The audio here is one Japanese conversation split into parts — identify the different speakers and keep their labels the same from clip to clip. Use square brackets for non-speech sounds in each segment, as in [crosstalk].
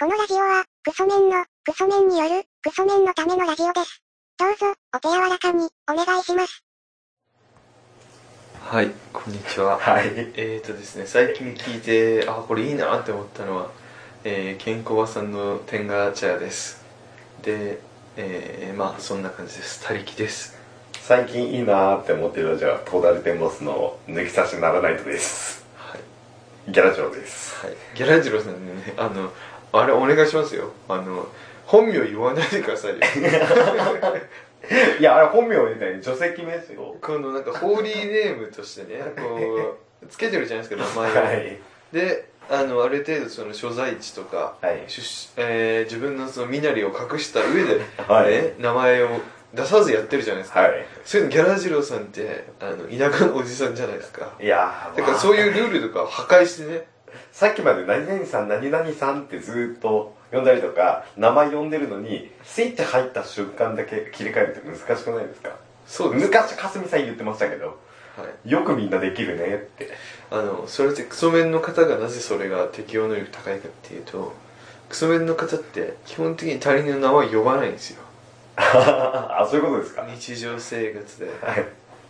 Speaker 1: このラジオは、クソメンの、クソメンによる、クソメンのためのラジオです。どうぞ、お手柔らかに、お願いします。
Speaker 2: はい、こんにちは。
Speaker 3: はい
Speaker 2: えーとですね、最近聞いて、あ、これいいなって思ったのは、えー、ケンコバさんの天ガチャです。で、えー、まあ、そんな感じです。他力です。
Speaker 3: 最近いいなーって思ってるのじゃ東大テンボスの抜き差しならないとです
Speaker 2: はい。
Speaker 3: ギャラ嬢です
Speaker 2: はい。ギャラジロさんね、あの、あれお願いしますよ。あの、本名言わないでくださいよ。
Speaker 3: いやあれ本名みたいに女性決めですよ
Speaker 2: このなんか、ホーリーネームとしてね、こう、つけてるじゃないですか、名
Speaker 3: は
Speaker 2: 前を。
Speaker 3: い
Speaker 2: であのある程度その所在地とか、
Speaker 3: はい
Speaker 2: 出しえー自分のその身なりを隠した上で、ね
Speaker 3: はい
Speaker 2: 名前を出さずやってるじゃないですか、
Speaker 3: はい
Speaker 2: そういうのギャラジローさんってあの田舎のおじさんじゃないですか
Speaker 3: いやー
Speaker 2: だから
Speaker 3: まあ
Speaker 2: そういうルールとかを破壊してね
Speaker 3: さっきまで何々さん何々さんってずーっと呼んだりとか名前呼んでるのにスイッチ入った瞬間だけ切り替えるって難しくないですか
Speaker 2: そうです、
Speaker 3: 昔かすみさん言ってましたけど
Speaker 2: はい、
Speaker 3: よくみんなできるねって [laughs]
Speaker 2: あのそれってクソメンの方がなぜそれが適応能力高いかっていうとクソメンの方って基本的に他人の名前呼ばないんですよ
Speaker 3: あそういうことですか
Speaker 2: 日常生活で
Speaker 3: はい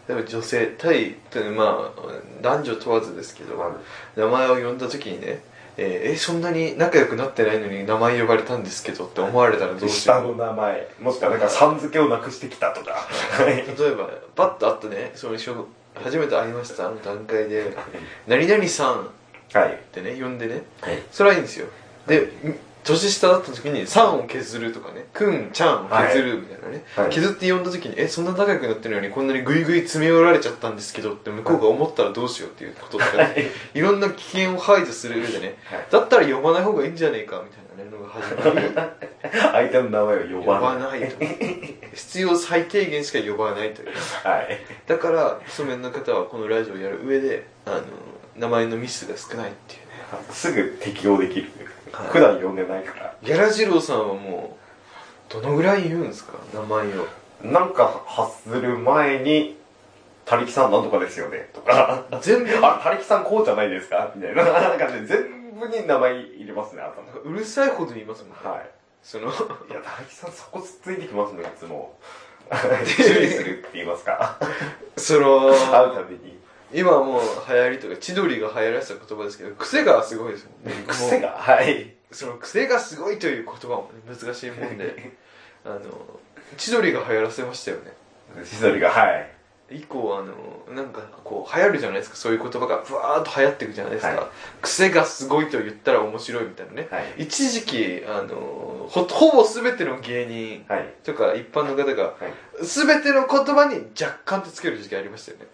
Speaker 2: でも女性対まあ男女問わずですけど、
Speaker 3: はい
Speaker 2: 名前を呼んだ時にねえーえそんなに仲良くなってないのに名前呼ばれたんですけどって思われたらどうし
Speaker 3: 下の
Speaker 2: よう
Speaker 3: 名前もしくはなんかさん付けをなくしてきたとかはい
Speaker 2: 例えばパッと会ってねその一緒初めて会いましたあの段階で「何々さん」っ
Speaker 3: はい
Speaker 2: てね呼んでね
Speaker 3: はい
Speaker 2: それはいいんですよで年下だった時に「さん」を削るとかね「くん」「ちゃん」を削るみたいなね、
Speaker 3: はいはい
Speaker 2: 削って呼んだ時に「えそんな仲良くなってるのにこんなにグイグイ詰め寄られちゃったんですけど」って向こうが思ったらどうしようっていうこととかね、い、ろんな危険を排除する上でね、
Speaker 3: はい
Speaker 2: だったら呼ばない方がいいんじゃねえかみたいなねのが始まり
Speaker 3: 相手の名前を
Speaker 2: 呼
Speaker 3: 呼ばない
Speaker 2: ばないと必要最低限しか呼ばないという
Speaker 3: はい
Speaker 2: だからそ面の方はこのラジオをやる上であの名前のミスが少ないっていうね
Speaker 3: すぐ適応できる
Speaker 2: はい
Speaker 3: 普段呼んでないから
Speaker 2: ギャラジローさんはもうどのぐらい言うんですか名前を
Speaker 3: なんか発する前に「他力さんなんとかですよね」とか「
Speaker 2: 全部
Speaker 3: あ他力さんこうじゃないですか」みたいななんかね全部に名前入れますね頭
Speaker 2: うるさいほど言いますもんね、
Speaker 3: は
Speaker 2: その [laughs]
Speaker 3: いいや他力さんそこつついてきますねいつも注意するって言います [laughs] か
Speaker 2: その
Speaker 3: 会うたびに
Speaker 2: 今はもう流行りとか千鳥が流行らせた言葉ですけど癖がすごいですもんね
Speaker 3: [laughs] 癖
Speaker 2: も
Speaker 3: がはい、
Speaker 2: うその癖がすごいという言葉もね、難しいもん
Speaker 3: [laughs]
Speaker 2: であの千鳥が流行らせましたよね
Speaker 3: しそりがはい
Speaker 2: 以降あのなんかこう流行るじゃないですかそういう言葉がブワーッと流行っていくじゃないですか、
Speaker 3: はい
Speaker 2: 癖がすごいと言ったら面白いみたいなね、
Speaker 3: はい
Speaker 2: 一時期あのほほぼ全ての芸人
Speaker 3: はい
Speaker 2: とか一般の方が
Speaker 3: はい
Speaker 2: 全ての言葉に若干ってつける時期ありましたよね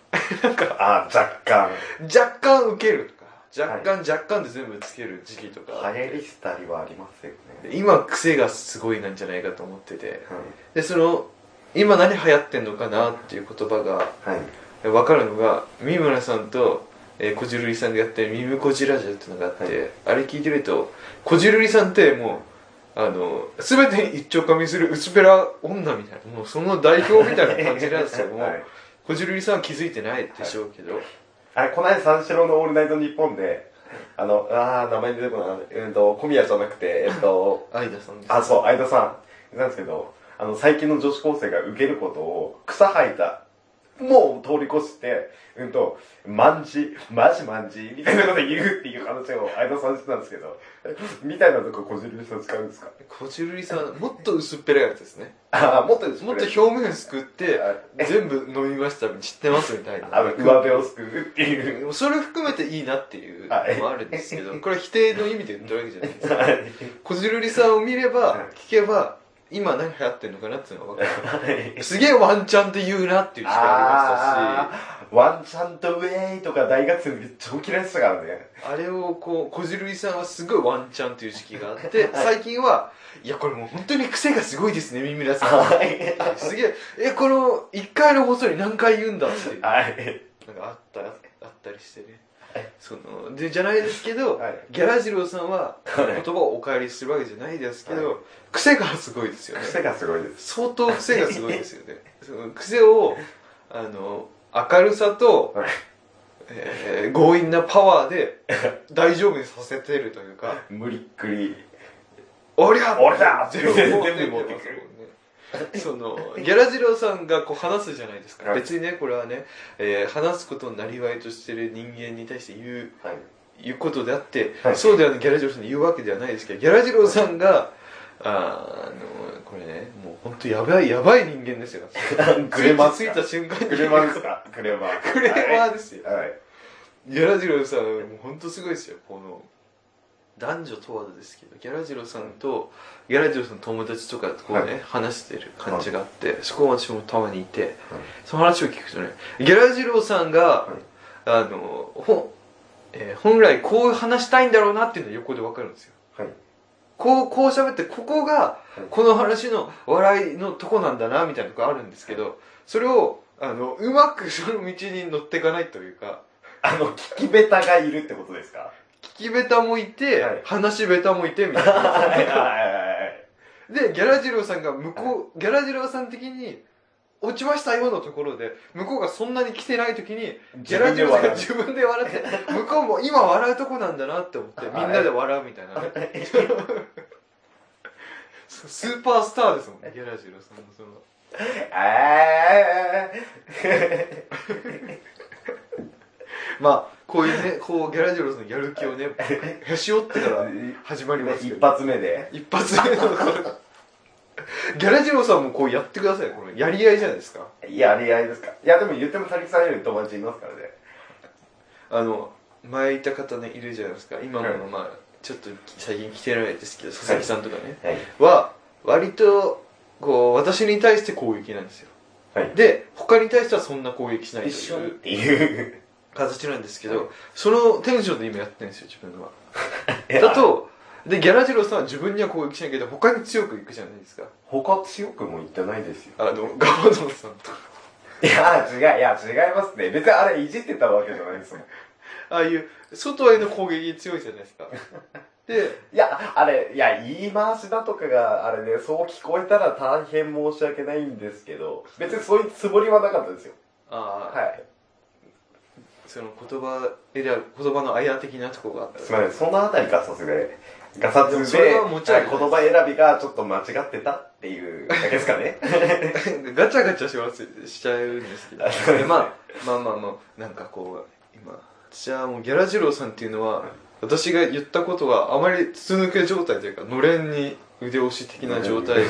Speaker 2: なんか
Speaker 3: あー若干
Speaker 2: 若干ウケるとか若干、
Speaker 3: は
Speaker 2: 若干で全部つける時期とか、
Speaker 3: 流行りしたりはありますよね、
Speaker 2: 今癖がすごいなんじゃないかと思ってて
Speaker 3: は
Speaker 2: でその今何流行ってんのかなっていう言葉が
Speaker 3: いはい、
Speaker 2: 分かるのが三村さんと、えー、こじるりさんがやってる「ミムこじラジオ」っていうのがあって、
Speaker 3: はい
Speaker 2: あれ聞いてるとこじるりさんってもうあの全てに一丁かみする薄ペラ女みたいなもうその代表みたいな感じなんですよも
Speaker 3: [laughs] は
Speaker 2: う
Speaker 3: い
Speaker 2: こじるりさんは気づいてないでしょうけど、
Speaker 3: あれこの間三四郎の「オールナイトニッポン」であのあー名前出てこないうんと小宮じゃなくてえっ [laughs] と
Speaker 2: 相田さんです
Speaker 3: あそう相田さんなんですけどあの最近の女子高生が受けることを草生えたもう通り越して、うんと、まんじ、まじまんじ、みたいなこと言うっていう話を相田さんしてたんですけど、みたいなとここじるりさん使うんですか
Speaker 2: こじるりさんはもっと薄っぺらいやつですね
Speaker 3: ああ、もっとです
Speaker 2: もっと表面すくって
Speaker 3: あ
Speaker 2: 全部飲みました知ってますみたいな
Speaker 3: [laughs] あの、上辺をすくうっていう。
Speaker 2: それ含めていいなっていう
Speaker 3: はい
Speaker 2: のもあるんですけど、これは否定の意味で言ってるわけじゃないです
Speaker 3: は
Speaker 2: か。
Speaker 3: い。
Speaker 2: こじるりさんを見れば
Speaker 3: はい、
Speaker 2: 聞けば、今何流行ってるのかなっていうのが分か
Speaker 3: はい
Speaker 2: る。すげえワンチャンって言うなっていう時期ありまし
Speaker 3: あーワンチャンとウェイとか大学生の時超嫌いでしたからね。
Speaker 2: たし、あれをこう、こじるりさんはすごいワンチャンっていう時期があって、最近は、いや、これもう本当に癖がすごいですね、三村さん。
Speaker 3: は
Speaker 2: すげえ、え、この1回の放送に何回言うんだっていう。
Speaker 3: い。はい。
Speaker 2: なんかあったあったりしてねそのでじゃないですけど、
Speaker 3: はい
Speaker 2: ギャラジローさんは
Speaker 3: はい
Speaker 2: 言葉をお借りするわけじゃないですけど、
Speaker 3: はい
Speaker 2: 癖がすごいですよね
Speaker 3: 癖がすごいです。
Speaker 2: 相当癖がすごいですよねその癖をあの明るさと、
Speaker 3: はい
Speaker 2: えー強引なパワーで大丈夫にさせてるというか
Speaker 3: 無理っくり。
Speaker 2: 俺は
Speaker 3: 俺だって
Speaker 2: 全部
Speaker 3: 全部
Speaker 2: 全部持
Speaker 3: 持
Speaker 2: っ
Speaker 3: ってて
Speaker 2: く
Speaker 3: く
Speaker 2: る
Speaker 3: る。
Speaker 2: その、ギャラジロさんがこう話すじゃないですか。
Speaker 3: はい
Speaker 2: 別にね、これはね、えー話すことをなりわいとしてる人間に対して言う、
Speaker 3: はい。
Speaker 2: 言うことであって、
Speaker 3: はい
Speaker 2: そうではないギャラジロさんに言うわけではないですけど、ギャラジロさんが、あーあの、これね、もう本当やばい、やばい人間ですよ。
Speaker 3: グレマ
Speaker 2: つ
Speaker 3: つ
Speaker 2: い
Speaker 3: い
Speaker 2: た
Speaker 3: た
Speaker 2: 瞬間に。
Speaker 3: クレマですかクレマ。
Speaker 2: クレ
Speaker 3: は
Speaker 2: マですよ
Speaker 3: い。。はい。
Speaker 2: ギャラジロさん、もう本当すごいですよ。この、男女問わずですけど、ギャラジロさんと、ギャラジロさんの友達とかとこうね、
Speaker 3: は
Speaker 2: 話してる感じがあって、そこは私もたまにいて、
Speaker 3: はい
Speaker 2: その話を聞くとね、ギャラジロさんが、
Speaker 3: はい
Speaker 2: あの、ほえー本来こう話したいんだろうなっていうのは横でわかるんですよ。
Speaker 3: はい。
Speaker 2: こう、こう喋って、ここが
Speaker 3: い、
Speaker 2: この話の笑いのとこなんだな、みたいなとこあるんですけど、それを、あの、うまくその道に乗っていかないというか、
Speaker 3: あの、聞きベタがいるってことですか
Speaker 2: 聞き下手もいて、
Speaker 3: はい
Speaker 2: 話下手もいて、みたい [laughs]
Speaker 3: はいはい
Speaker 2: な。
Speaker 3: はい
Speaker 2: で、ギャラジローさんが向こう、ギャラジローさん的に、落ちましたよのところで、向こうがそんなに来てない時に、ギャラジローさんが自分で笑って、向こうも今笑うとこなんだなって思って、みん
Speaker 3: はい
Speaker 2: なで笑うみたいなね。そうスーパースターですもんね、ギャラジローさんのその。
Speaker 3: あ
Speaker 2: まあ、こういうね、こう、ギャラジローさんのやる気を [laughs] ね、へし折ってから始まりま
Speaker 3: ー
Speaker 2: すけど
Speaker 3: [laughs] 一。発目で。
Speaker 2: 一発目のところ [laughs] ギャラジローさんもこうやってくださいこれやり合いじゃないですか
Speaker 3: いや、あれやりですか。いや、でも言ってもタリキさんより友達いますからね。
Speaker 2: あの前いた方ねいるじゃないですか今
Speaker 3: はい
Speaker 2: のまあちょっと最近来てないですけど佐々木さんとかね
Speaker 3: はい。
Speaker 2: は割とこう私に対して攻撃なんですよ
Speaker 3: はい。
Speaker 2: で他に対してはそんな攻撃しないと
Speaker 3: 一緒
Speaker 2: いう
Speaker 3: っていう。
Speaker 2: 形なんですけ
Speaker 3: は
Speaker 2: どそのテンションで今やってるんですよ自分はだ
Speaker 3: だと、
Speaker 2: とでギャラジローさんは自分には攻撃しないけど他に強くいくじゃないですか
Speaker 3: 他強くも言ってないですよ。
Speaker 2: あのガバドンさんとか
Speaker 3: いや、違う、いや、違いますね。別にあれいじってたわけじゃないですもん。
Speaker 2: ああいう外への攻撃強いじゃないですか。で、
Speaker 3: いや、あれ、いや、言い回しだとかが、あれね、そう聞こえたら大変申し訳ないんですけど、別にそういうつもりはなかったですよ。
Speaker 2: ああ、
Speaker 3: はい。
Speaker 2: その言葉選ぶ、言葉のあや的なとこがあった
Speaker 3: すみません、そのあたりがさすがで、ガサツ
Speaker 2: で
Speaker 3: で
Speaker 2: もそれはもちろん
Speaker 3: はい言葉選びがちょっと間違ってたっていうだけですか [laughs] ね。
Speaker 2: [laughs] ガチャガチャしますしちゃうんですけど
Speaker 3: あそうです。ね
Speaker 2: まあ、まあまあまあ、なんかこう、今、私はもうギャラジローさんっていうのは、私が言ったことはあまり筒抜け状態というか、のれんに腕押し的な状態、
Speaker 3: [laughs] はい。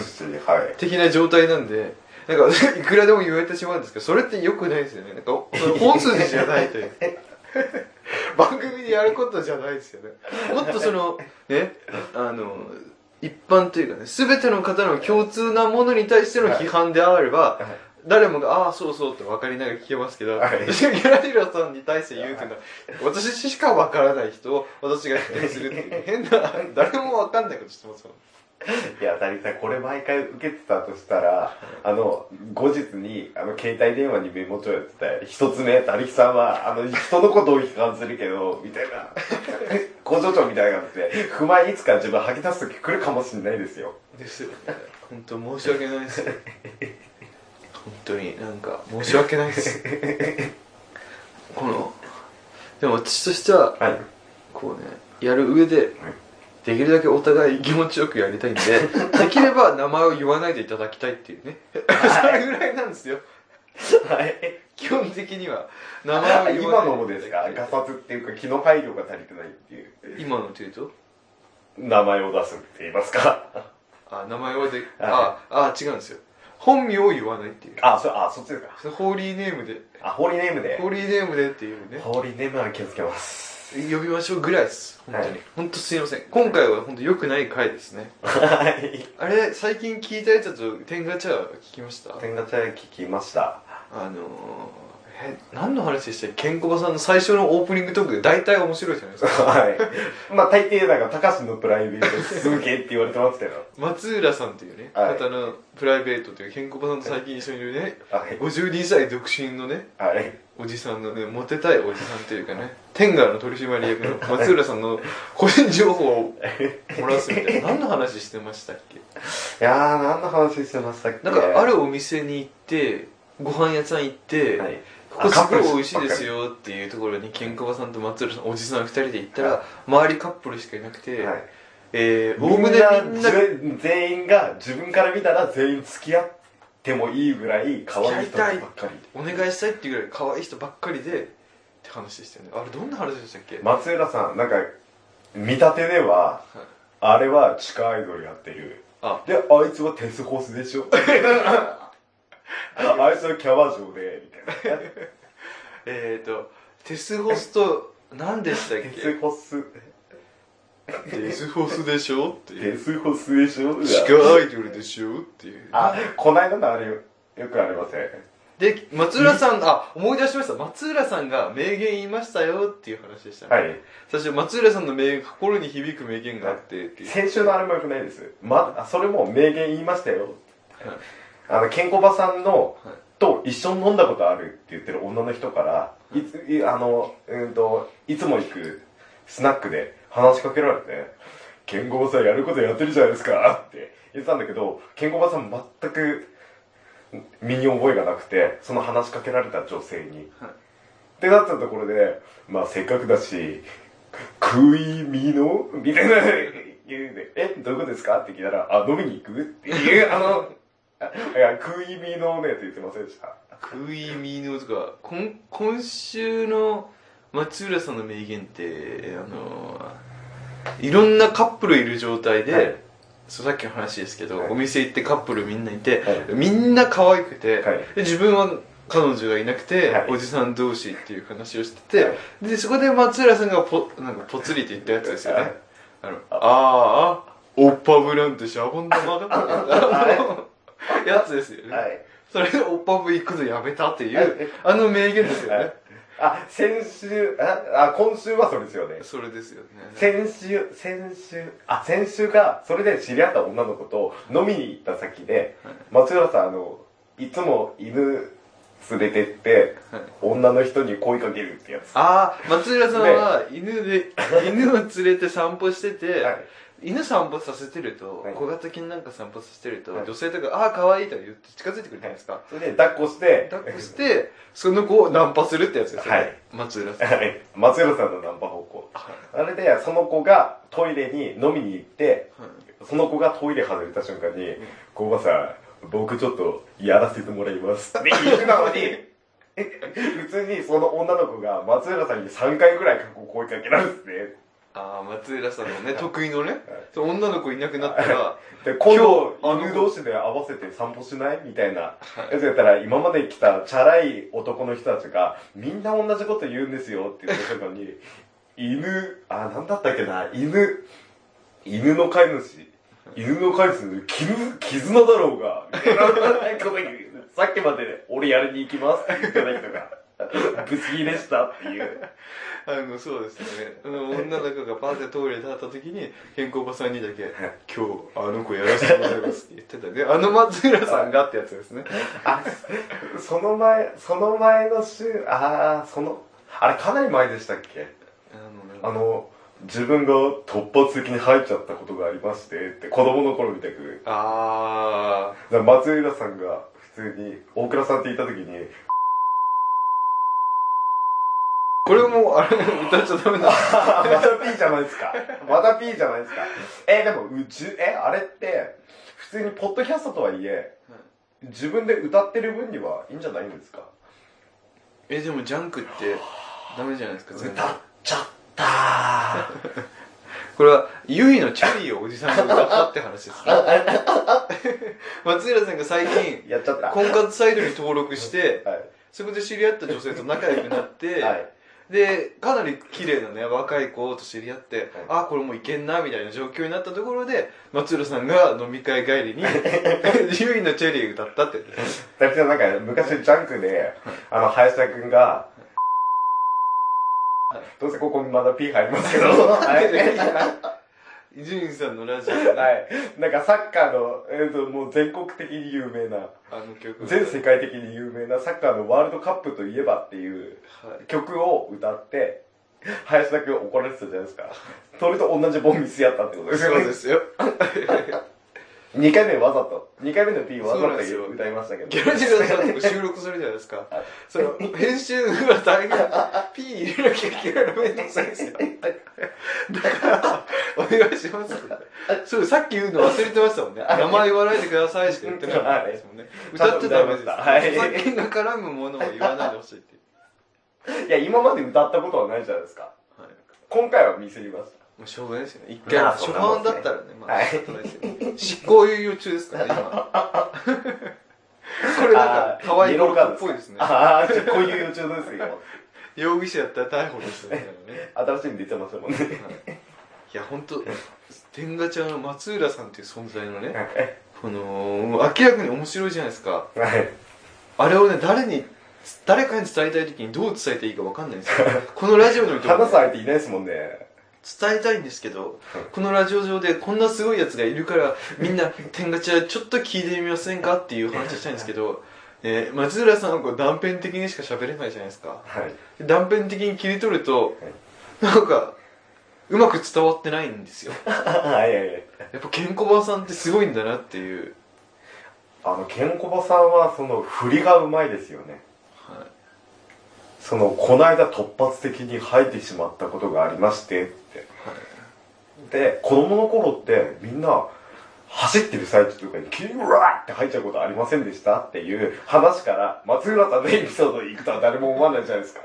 Speaker 2: 的な状態なんで、なんか、 [laughs] いくらでも言われてしまうんですけど、それって良くないですよね。 [laughs] なんか、その本筋じゃないという。 [laughs] 番組でやることじゃないですよね。もっとその、 [laughs] ね、あの、一般というかね、すべての方の共通なものに対しての批判であれば、誰もが、ああ、そうそうって分かりながら聞けますけど、 [laughs]
Speaker 3: はい
Speaker 2: ギャラリラさんに対して言うというのは、私しか分からない人を私が否定するっていう、変な、誰も分かんないことしてますもん。
Speaker 3: いや、谷さん、これ毎回受けてたとしたら、あの、後日に、あの、携帯電話にメモ帳やってて、一つ目、谷さんは、あの、人のことを批判するけど、みたいな、 [laughs] 工場長みたいな感じで、不満いつか自分吐き出す時来るかもしれないですよ。
Speaker 2: ですよね本当申し訳ない [laughs] です本当になんか申し訳ないです [laughs] このでも私としては
Speaker 3: はい。
Speaker 2: こうねやる上でできるだけお互い気持ちよくやりたいん [laughs] でできれば名前を言わないでいただきたいっていうね [laughs] それぐらいなんですよ
Speaker 3: はい。
Speaker 2: 基本的には名
Speaker 3: あ
Speaker 2: 前を言わな
Speaker 3: 今
Speaker 2: い
Speaker 3: のもですかガサツっていうか、気の配慮が足りてないっていう。
Speaker 2: 今のというと
Speaker 3: 名前を出すって言いますか
Speaker 2: あ名前はでああ違うんですよ本名を言わないっていう
Speaker 3: あ、そ、あ、そっちですか。
Speaker 2: ホーリーネームで
Speaker 3: あ、ホーリーネームで
Speaker 2: ホ。ーリーネームでっていうね
Speaker 3: ホーリーネームは気をつけます。
Speaker 2: 呼びましょうぐらいです本当に、
Speaker 3: はい
Speaker 2: 本当すいません今回は本当良くない回ですね
Speaker 3: はい。
Speaker 2: あれ最近聞いたやつだと天ガチャ聞きました
Speaker 3: 天ガチャ聞きました。
Speaker 2: あのー、え何の話でしたっけケンコバさんの最初のオープニングトークで大体面白いじゃない [laughs] ですか
Speaker 3: はい。まあ大抵なんか、高橋のプライベートすげえって言われてますけど。
Speaker 2: 松浦さんというね、
Speaker 3: はい
Speaker 2: 方のプライベートというケンコバさんと最近一緒にいるね
Speaker 3: はい。
Speaker 2: 52歳独身のね
Speaker 3: はい。
Speaker 2: おじさんのねモテたいおじさんというかね天ガの取締役の松浦さんの個人情報を漏らすみたい [laughs] な何の話してましたっけ
Speaker 3: いやー、何の話してましたっけ
Speaker 2: なんかあるお店に行ってご飯屋さん行って、
Speaker 3: はい。
Speaker 2: ここす
Speaker 3: あカップ
Speaker 2: ご
Speaker 3: ル
Speaker 2: い
Speaker 3: です
Speaker 2: 美味しいですよっていうところにケンコバさんと松浦さんおじさん2人で行ったら、周りカップルしかいなくて、
Speaker 3: はい。
Speaker 2: えー、お
Speaker 3: み
Speaker 2: お
Speaker 3: ん
Speaker 2: む
Speaker 3: な
Speaker 2: ねみんな、
Speaker 3: 全全員が、自分から見たら全員付き合ってもいいぐらい可愛い人ばっかり。
Speaker 2: お願いしたいっていうぐらい可愛い人ばっかりで、って話でしたよね。あれ、どんな話でしたっけ
Speaker 3: 松浦さん、なんか、見立てでは、あれは地下アイドルやってる。
Speaker 2: あ
Speaker 3: で、あいつはテスホースでしょ。
Speaker 2: [laughs]
Speaker 3: あいつはキャバ嬢で、みたいな。
Speaker 2: えーと、テスホスと、何でしたっ
Speaker 3: テ
Speaker 2: け
Speaker 3: スホス、
Speaker 2: テスホスでしょってい
Speaker 3: テ
Speaker 2: う。
Speaker 3: スホスでしょうわ
Speaker 2: 地下アイドルでしょっていう。
Speaker 3: あ、こないだのあれよ、よくありません。
Speaker 2: で、松浦さん、あ、思い出しました。松浦さんが名言言いましたよっていう話でしたね。
Speaker 3: はい。
Speaker 2: 最初、松浦さんの名言、心に響く名言があってっていう。
Speaker 3: 先週のあれもよくないです。ま、あそれも名言言いましたよ。
Speaker 2: はい
Speaker 3: あの、ケンコバさんの、
Speaker 2: はい
Speaker 3: と一緒に飲んだことあるって言ってる女の人から、いつ、いあの、うーんと、いつも行くスナックで話しかけられて、ケンコバさんやることやってるじゃないですかって言ってたんだけど、ケンコバさん全く身に覚えがなくて、その話しかけられた女性に。
Speaker 2: はい
Speaker 3: ってなったところで、まあせっかくだし、食い身のみたいな言うんで、え、どこですかって聞いたら、あ、飲みに行くっていう、あの、あいや、食い身のねって言ってませんでした。
Speaker 2: 食い身のとか、こん今週の松浦さんの名言って、あの、いろんなカップルいる状態で、
Speaker 3: はい
Speaker 2: そうさっきの話ですけど、
Speaker 3: はい
Speaker 2: お店行ってカップルみんないて、
Speaker 3: はい
Speaker 2: みんな可愛くて、
Speaker 3: はい
Speaker 2: で自分は彼女がいなくて、
Speaker 3: はい
Speaker 2: おじさん同士っていう話をしてて、
Speaker 3: はい
Speaker 2: でそこで松浦さんがポなんかポツリって言ったやつですよ
Speaker 3: は
Speaker 2: ね
Speaker 3: い
Speaker 2: 「あのあーあおっぱぶなんてシャボン玉だったんだ」あのやつですよね、
Speaker 3: はい。
Speaker 2: それでおっぱぶ行くのやめたっていう、
Speaker 3: はい
Speaker 2: あの名言ですよね、
Speaker 3: あ、先週、あ、あ今週はそれですよね。
Speaker 2: それですよね
Speaker 3: 先週、先週、あ、先週が、それで知り合った女の子と飲みに行った先で、松浦さん、あの、いつも犬連れてって、
Speaker 2: はい
Speaker 3: 女の人に声かけるってやつ。
Speaker 2: ああ松浦さんは犬で、犬を連れて散歩してて、
Speaker 3: はい
Speaker 2: 犬散歩させてると、
Speaker 3: はい
Speaker 2: 小型犬なんか散歩させてると、
Speaker 3: はい
Speaker 2: 女性とか「ああ可愛いとか言って近づいてくるじゃないですか、
Speaker 3: それで、抱っこして、
Speaker 2: 抱っこして、その子をナンパするってやつですよね。
Speaker 3: はい
Speaker 2: 松浦さん。
Speaker 3: はい松浦さんのナンパ方向。あれで、その子がトイレに飲みに行って、その子がトイレ外れた瞬間に、工場さん、僕ちょっとやらせてもらいます。 [laughs] って言ってたのに、 [laughs] 普通にその女の子が松浦さんに3回ぐらい声かけられてて、
Speaker 2: ああ、松浦さんのね、得意のね、その女の子いなくなったら、
Speaker 3: で、今度、
Speaker 2: 今日
Speaker 3: 犬同士で合わせて散歩しないみたいな。やつやったら、今まで来たチャラい男の人たちが、みんな同じこと言うんですよって言った瞬間に、犬、あ、なんだったっけな、犬、犬の飼い主、犬の飼い主、絆、絆だろうが、みたいなこと言う [laughs] さっきまで、俺やりに行きますって言ってた人が、ぶつ切れしたっていう。
Speaker 2: あの、そうです [laughs] ね。あの女の子がパーってトイレ立った時 [laughs] に、健康おばさんにだけ、今日、あの子やらせてもらいますって言ってたね。 [laughs] あの松浦さんがってやつですね。
Speaker 3: あ、その前、その前の週、ああ、その、あれかなり前でしたっけ
Speaker 2: あのね
Speaker 3: あの、自分が突発的に入っちゃったことがありましてって、子供の頃みたく、
Speaker 2: あ
Speaker 3: だから松浦さんが普通に、大倉さんって言った時に、
Speaker 2: ー、これも、あれ、歌っちゃダメな
Speaker 3: また P じゃないですか。 [laughs] また P じゃないですか。え、でも、うち、え、あれって、普通にポッドキャストとはいえ、自分で歌ってる分にはいいんじゃないんですか
Speaker 2: [laughs] え、でも、ジャンクって、ダメじゃないですか、全然
Speaker 3: 歌っちゃったー。
Speaker 2: これは、ゆいのチャリーをおじさんが歌ったって話ですね。 [laughs] 松浦さんが最近、
Speaker 3: やっちゃった。
Speaker 2: 婚活サイトに登録して、
Speaker 3: はい。
Speaker 2: そこで知り合った女性と仲良くなって、
Speaker 3: はい
Speaker 2: で、かなり綺麗なね、若い子と知り合って、あ、これもういけんな、みたいな状況になったところで、松浦さんが飲み会帰り
Speaker 3: [laughs]
Speaker 2: に、ゆいのチェリー歌ったって。
Speaker 3: だってなんか昔ジャンクで、あの、林田くんが、どうせここまだ P 入りますけど、はい。
Speaker 2: [laughs] 伊集院さんのラジオ、
Speaker 3: はい。なんかサッカーの、えっ、と、もう全国的に有名な、
Speaker 2: あの曲。
Speaker 3: 全世界的に有名なサッカーのワールドカップといえばっていう
Speaker 2: はい
Speaker 3: 曲を歌って、林田くん怒られてたじゃないですか。それと同じボンミスやったってことです
Speaker 2: そ
Speaker 3: よ
Speaker 2: う
Speaker 3: ね
Speaker 2: で。すよ。
Speaker 3: 2回目わざと。2回目の P わ
Speaker 2: そう
Speaker 3: ざ
Speaker 2: なん
Speaker 3: と
Speaker 2: ですよ
Speaker 3: 歌いましたけど。
Speaker 2: ギャラジラさんとか収録するじゃないですか。その、編集が大変、P 入れなきゃいけないのめんどくさいんですよ。だから、お願いしますって。そう、さっき言うの忘れてましたもんね。名前言わないでくださいしか言ってなかったですもんね。歌っちゃダメです。
Speaker 3: はい
Speaker 2: 著作品の絡むものを言わないでほしいって。
Speaker 3: いや、今まで歌ったことはないじゃないですか。
Speaker 2: はい
Speaker 3: 今回はミスりまし
Speaker 2: もうしょうがないですよね。一回、
Speaker 3: まあ
Speaker 2: 初版だったらね、まあ、
Speaker 3: はい
Speaker 2: 仕方ないですけど。執行猶予中ですからね、今。 [laughs] これなんか、可愛い子っぽいですね
Speaker 3: た。。ああ、こういう予兆ですよ。
Speaker 2: 容疑者やったら逮捕ですよね。
Speaker 3: [laughs] 新しいの出てますもんね。
Speaker 2: いや、本当天下ちゃんの松浦さんっていう存在のね、この、もう明らかに面白いじゃないですか。
Speaker 3: はい。
Speaker 2: あれをね、誰に、誰かに伝えたい時にどう伝えていいか分かんないん [laughs] ですよ。このラジオの人もね
Speaker 3: 話す相手いないですもんね。
Speaker 2: 伝えたいんですけど、このラジオ上でこんなすごいやつがいるから、みんな、天ガチャちょっと聞いてみませんかっていう話をしたいんですけど、えー松浦さんはこう断片的にしか喋れないじゃないですか。
Speaker 3: はい。
Speaker 2: 断片的に切り取ると、なんか、うまく伝わってないんですよ。
Speaker 3: はいはいはい。
Speaker 2: やっぱケンコバさんってすごいんだなっていう。
Speaker 3: あの、ケンコバさんは、その、振りがうまいですよね。
Speaker 2: はい
Speaker 3: その、この間突発的に吐いてしまったことがありまして、って。で、子供の頃って、みんな、走ってる最中とかに、キュワーって吐いちゃうことありませんでしたっていう話から、松浦さんのエピソードに行くとは誰も思わないじゃないですか。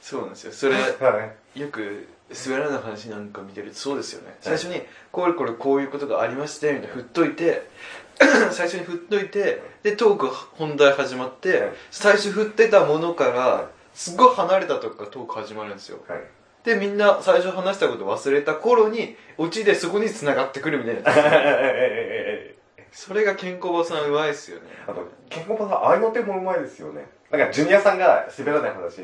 Speaker 2: そうなんですよ。それ、
Speaker 3: はい。
Speaker 2: よく滑らない話なんか見てるとそうですよね最初にこれこれこういうことがありましてみたいな振っといて [clears throat] 最初に振っといてでトーク本題始まっ
Speaker 3: は
Speaker 2: て
Speaker 3: い
Speaker 2: 最初振ってたものからすっごい離れたとこからトーク始まるんですよ [laughs]
Speaker 3: はい。
Speaker 2: でみんな最初話したこと忘れた頃にオチでそこに繋がってくるみたいなそれがケンコバさんうまいっすよね
Speaker 3: あと、ケンコバさん、合いの手もうまいですよね。なんか、ジュニアさんが滑らない話し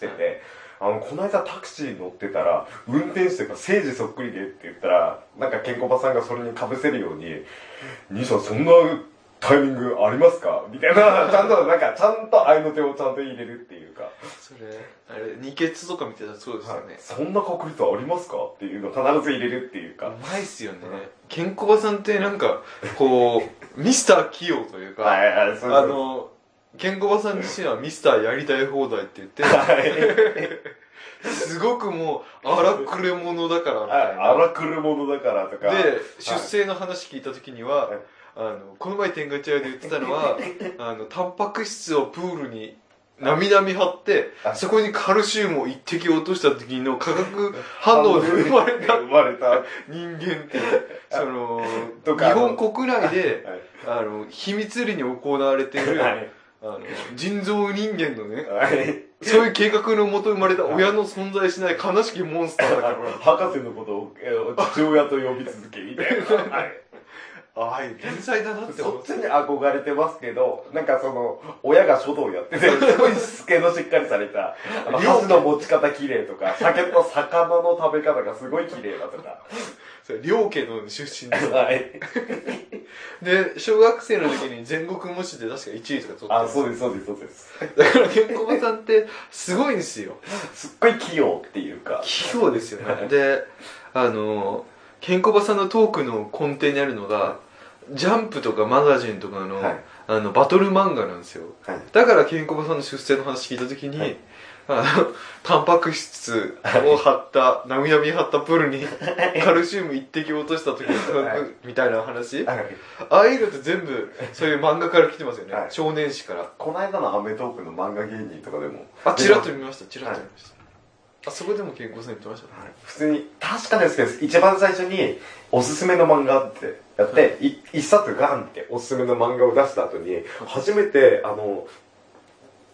Speaker 3: てて、あの、この間タクシー乗ってたら、運転手が聖治そっくりでって言ったら、なんかケンコバさんがそれに被せるように、兄さんそんなタイミングありますかみたいな、ち [laughs] ゃんと、なんか、ちゃんと合いの手をちゃんと入れるっていうか、
Speaker 2: それあれ二欠とか見てたらそうですよね、
Speaker 3: そんな確率ありますかっていうのを必ず入れるっていうか、
Speaker 2: うまいっすよね、ケンコバさんってなんかこうミスター器用というか、
Speaker 3: はいはい、そう
Speaker 2: あの、ケンコバさん自身はミスターやりたい放題って言って、すごくもう荒くれ者だからみたいな。
Speaker 3: 荒くるものだからとか、
Speaker 2: で、出生の話聞いた時には
Speaker 3: はい、
Speaker 2: あの、この前天下茶屋で言ってたのは、あの、タンパク質をプールに、なみなみ張って、
Speaker 3: はい
Speaker 2: そこにカルシウムを一滴落とした時の化学反応で生まれた
Speaker 3: 生まれた。
Speaker 2: 人間って、その、 [laughs]
Speaker 3: と
Speaker 2: 日
Speaker 3: か
Speaker 2: 本国内で、あの、秘密裏に行われている、
Speaker 3: はい
Speaker 2: あの、人造人間のね、
Speaker 3: はい。
Speaker 2: そういう計画のもと生まれた親の存在しない悲しきモンスターだから、
Speaker 3: 博士のことを、えー父親と呼び続けみたいな。はい
Speaker 2: [laughs] ああ、天才だなって
Speaker 3: そ
Speaker 2: 思っ
Speaker 3: ってち。に憧れてますけど、なんかその、親が書道やってて、すごいしつけのしっかりされた、あの、箸の持ち方綺麗とか、酒と魚の食べ方がすごい綺麗だとか。
Speaker 2: それ両家の出身 [laughs] で
Speaker 3: はい。
Speaker 2: で、小学生の時に全国模試で確か1位とか取って
Speaker 3: あ、
Speaker 2: ま
Speaker 3: そうです、そうです、そうです。
Speaker 2: す。だから、ケンコバさんってすごいんですよ。
Speaker 3: すっごい器用っていうか。
Speaker 2: 器用ですよね。で、あの、ケンコバさんのトークの根底にあるのが、ジャンプとかマガジンとかの、
Speaker 3: はい
Speaker 2: あの、バトル漫画なんですよ。
Speaker 3: はい。
Speaker 2: だからケンコバさんの出世の話聞いた時に、
Speaker 3: はい
Speaker 2: あのタンパク質を張った、なみなみ張ったプールにカルシウム一滴落とした時の、
Speaker 3: はい
Speaker 2: みたいな話、
Speaker 3: はい
Speaker 2: ああいうのって全部そういう漫画から来てますよね、
Speaker 3: はい
Speaker 2: 少年誌から
Speaker 3: この間のアメトークの漫画芸人とかでも。
Speaker 2: あちらっと見ましたちらっと見ました、あそこでも健康さん言ってましたね
Speaker 3: はい普通に、確かですけど、一番最初に、おすすめの漫画ってやって、い一冊ガンっておすすめの漫画を出した後に、初めて、あの、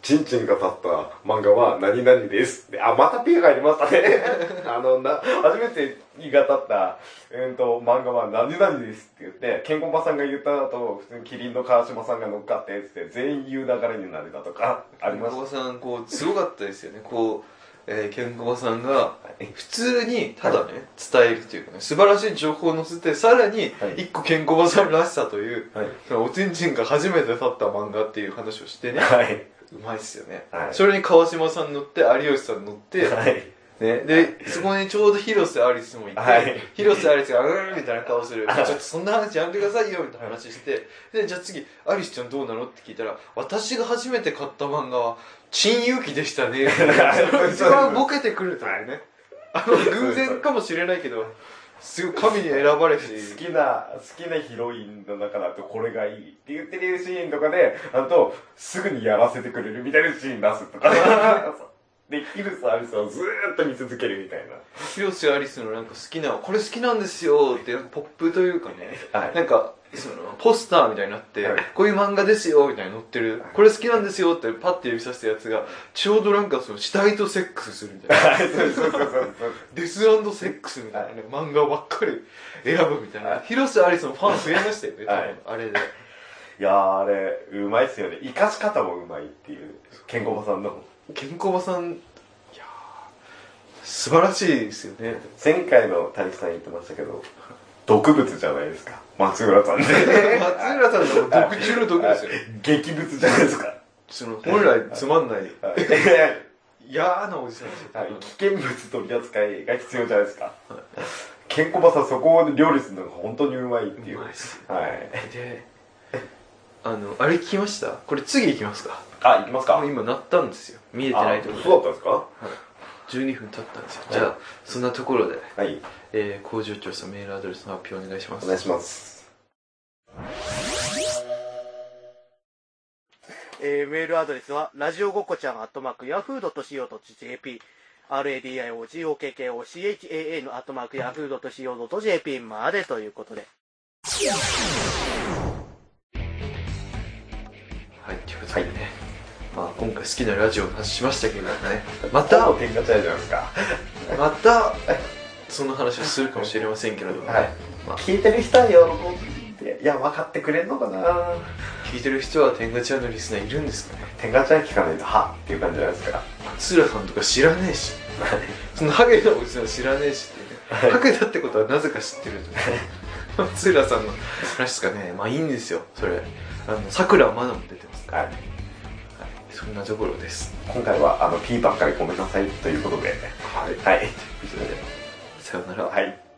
Speaker 3: チンチンが立った漫画は何々ですって。あ、また P が入りましたね。あの、な、初めて P が立った、うんと、漫画は何々ですって言って、ケンコバさんが言った後、普通にキリンの川島さんが乗っかって、つって全員言う流れになれたとか、あり
Speaker 2: 健
Speaker 3: まし
Speaker 2: 康さんこうすごかったですよねこう、えー、健康さんが
Speaker 3: い
Speaker 2: 普通にただね、伝えるというかね素晴らしい情報を載せてさらに
Speaker 3: はい
Speaker 2: 一個健康さんらしさという、
Speaker 3: た。はい。
Speaker 2: そのおちんちんが初めて立った漫画っていう話をしてね、
Speaker 3: はい。
Speaker 2: うまいっすよね。
Speaker 3: はい
Speaker 2: それに川島さん乗って、有吉さん乗って、
Speaker 3: はい。
Speaker 2: ね、で、そこにちょうど広瀬アリスもいて、
Speaker 3: はい
Speaker 2: 広瀬アリスがうーんみたいな顔する。ちょっとそんな話やめてくださいよみたいな話して、で、じゃあ次、アリスちゃんどうなのって聞いたら、私が初めて買った漫画は、珍遊記でしたね。一番ボケてくるというね。あの、偶然かもしれないけど、すごい神に選ばれし、
Speaker 3: 好きな、好きなヒロインの中だとこれがいいって言ってるシーンとかで、あと、すぐにやらせてくれるみたいなシーン出すとか。で、ヒルス・アリスをずーっと見続けるみた [laughs] い
Speaker 2: 広瀬アリスのなんか好きな、これ好きなんですよって、ポップというかね、
Speaker 3: な。は
Speaker 2: なんか、その、ポスターみたいになって、
Speaker 3: はい
Speaker 2: こういう漫画ですよ、みたいに載ってる、これ好きなんですよってパッて指さしたやつが、ちょうどなんかその、死体とセックスするみたいな。
Speaker 3: はい、そうそうそうそうそう。
Speaker 2: デスセックスみたいなね、漫画ばっかり選ぶみたいな。広瀬アリスのファン増えましたよね、
Speaker 3: はい
Speaker 2: 多分あれで。
Speaker 3: いやー、あれ、うまいっすよね。生かし方もうまいっていう、ケンコバさんの。
Speaker 2: ケンコバさん、いやー素晴らしいですよね。
Speaker 3: 前回の谷木さん言ってましたけど、毒物じゃないですか。松浦さんで。
Speaker 2: 松浦さんの毒中の毒ですよ。
Speaker 3: 劇物じゃないですか。
Speaker 2: その、本来つまんない、
Speaker 3: はい [laughs]
Speaker 2: 嫌なおじさんですよ。
Speaker 3: はい、危険物取り扱いが必要じゃないですか。ケンコバさん、そこを料理するのが本当にうまいっていう。
Speaker 2: うまい
Speaker 3: は
Speaker 2: っす
Speaker 3: い。
Speaker 2: で、あの、あれ聞きましたこれ次行きますか。
Speaker 3: あ、行きます
Speaker 2: もう今鳴ったんですよ。見えてないとこ
Speaker 3: そう
Speaker 2: ろ
Speaker 3: だったんですか
Speaker 2: で。12分経ったんですよ。
Speaker 3: い
Speaker 2: じゃあ、そんなところで、
Speaker 3: はい。
Speaker 2: えー、工場調査メールアドレスの発表お願いしま
Speaker 3: お
Speaker 2: す。
Speaker 3: 願いします。
Speaker 4: えーメールアドレスは、ラジオごっこちゃん、アットマーク、ヤフードと .co.jp、radiogokochaa のアットマーク、ヤフードと .co.jp までということで。
Speaker 2: はい、ということでね。まあ、今回好きなラジオの話しましたけれどもね。また
Speaker 3: ほ、ぼ喧嘩ちゃうじゃないですか。
Speaker 2: また、その話をするかもしれませんけれども、ね
Speaker 3: はい
Speaker 2: まあ、
Speaker 3: 聞いてる人は喜んで、いや、分かってくれんのかな
Speaker 2: 聞いてる人は天狗ちゃんのリスナーいるんですかね。
Speaker 3: 天下ちゃん聞かないと、はっていう感じじゃないですか。
Speaker 2: 松浦さんとか知らねえし、そのハゲのおじさん知らねえしって、ね、ハゲだってことはなぜか知ってるとね松浦さんの話ですかね、まあいいんですよ、それ。あの、さくらまなも出てますから、
Speaker 3: はい。
Speaker 2: そんなところです。
Speaker 3: 今回は、あの、ピーパンからごめんなさいということで。
Speaker 2: はい。
Speaker 3: はい。以上で
Speaker 2: さようなら。
Speaker 3: はい。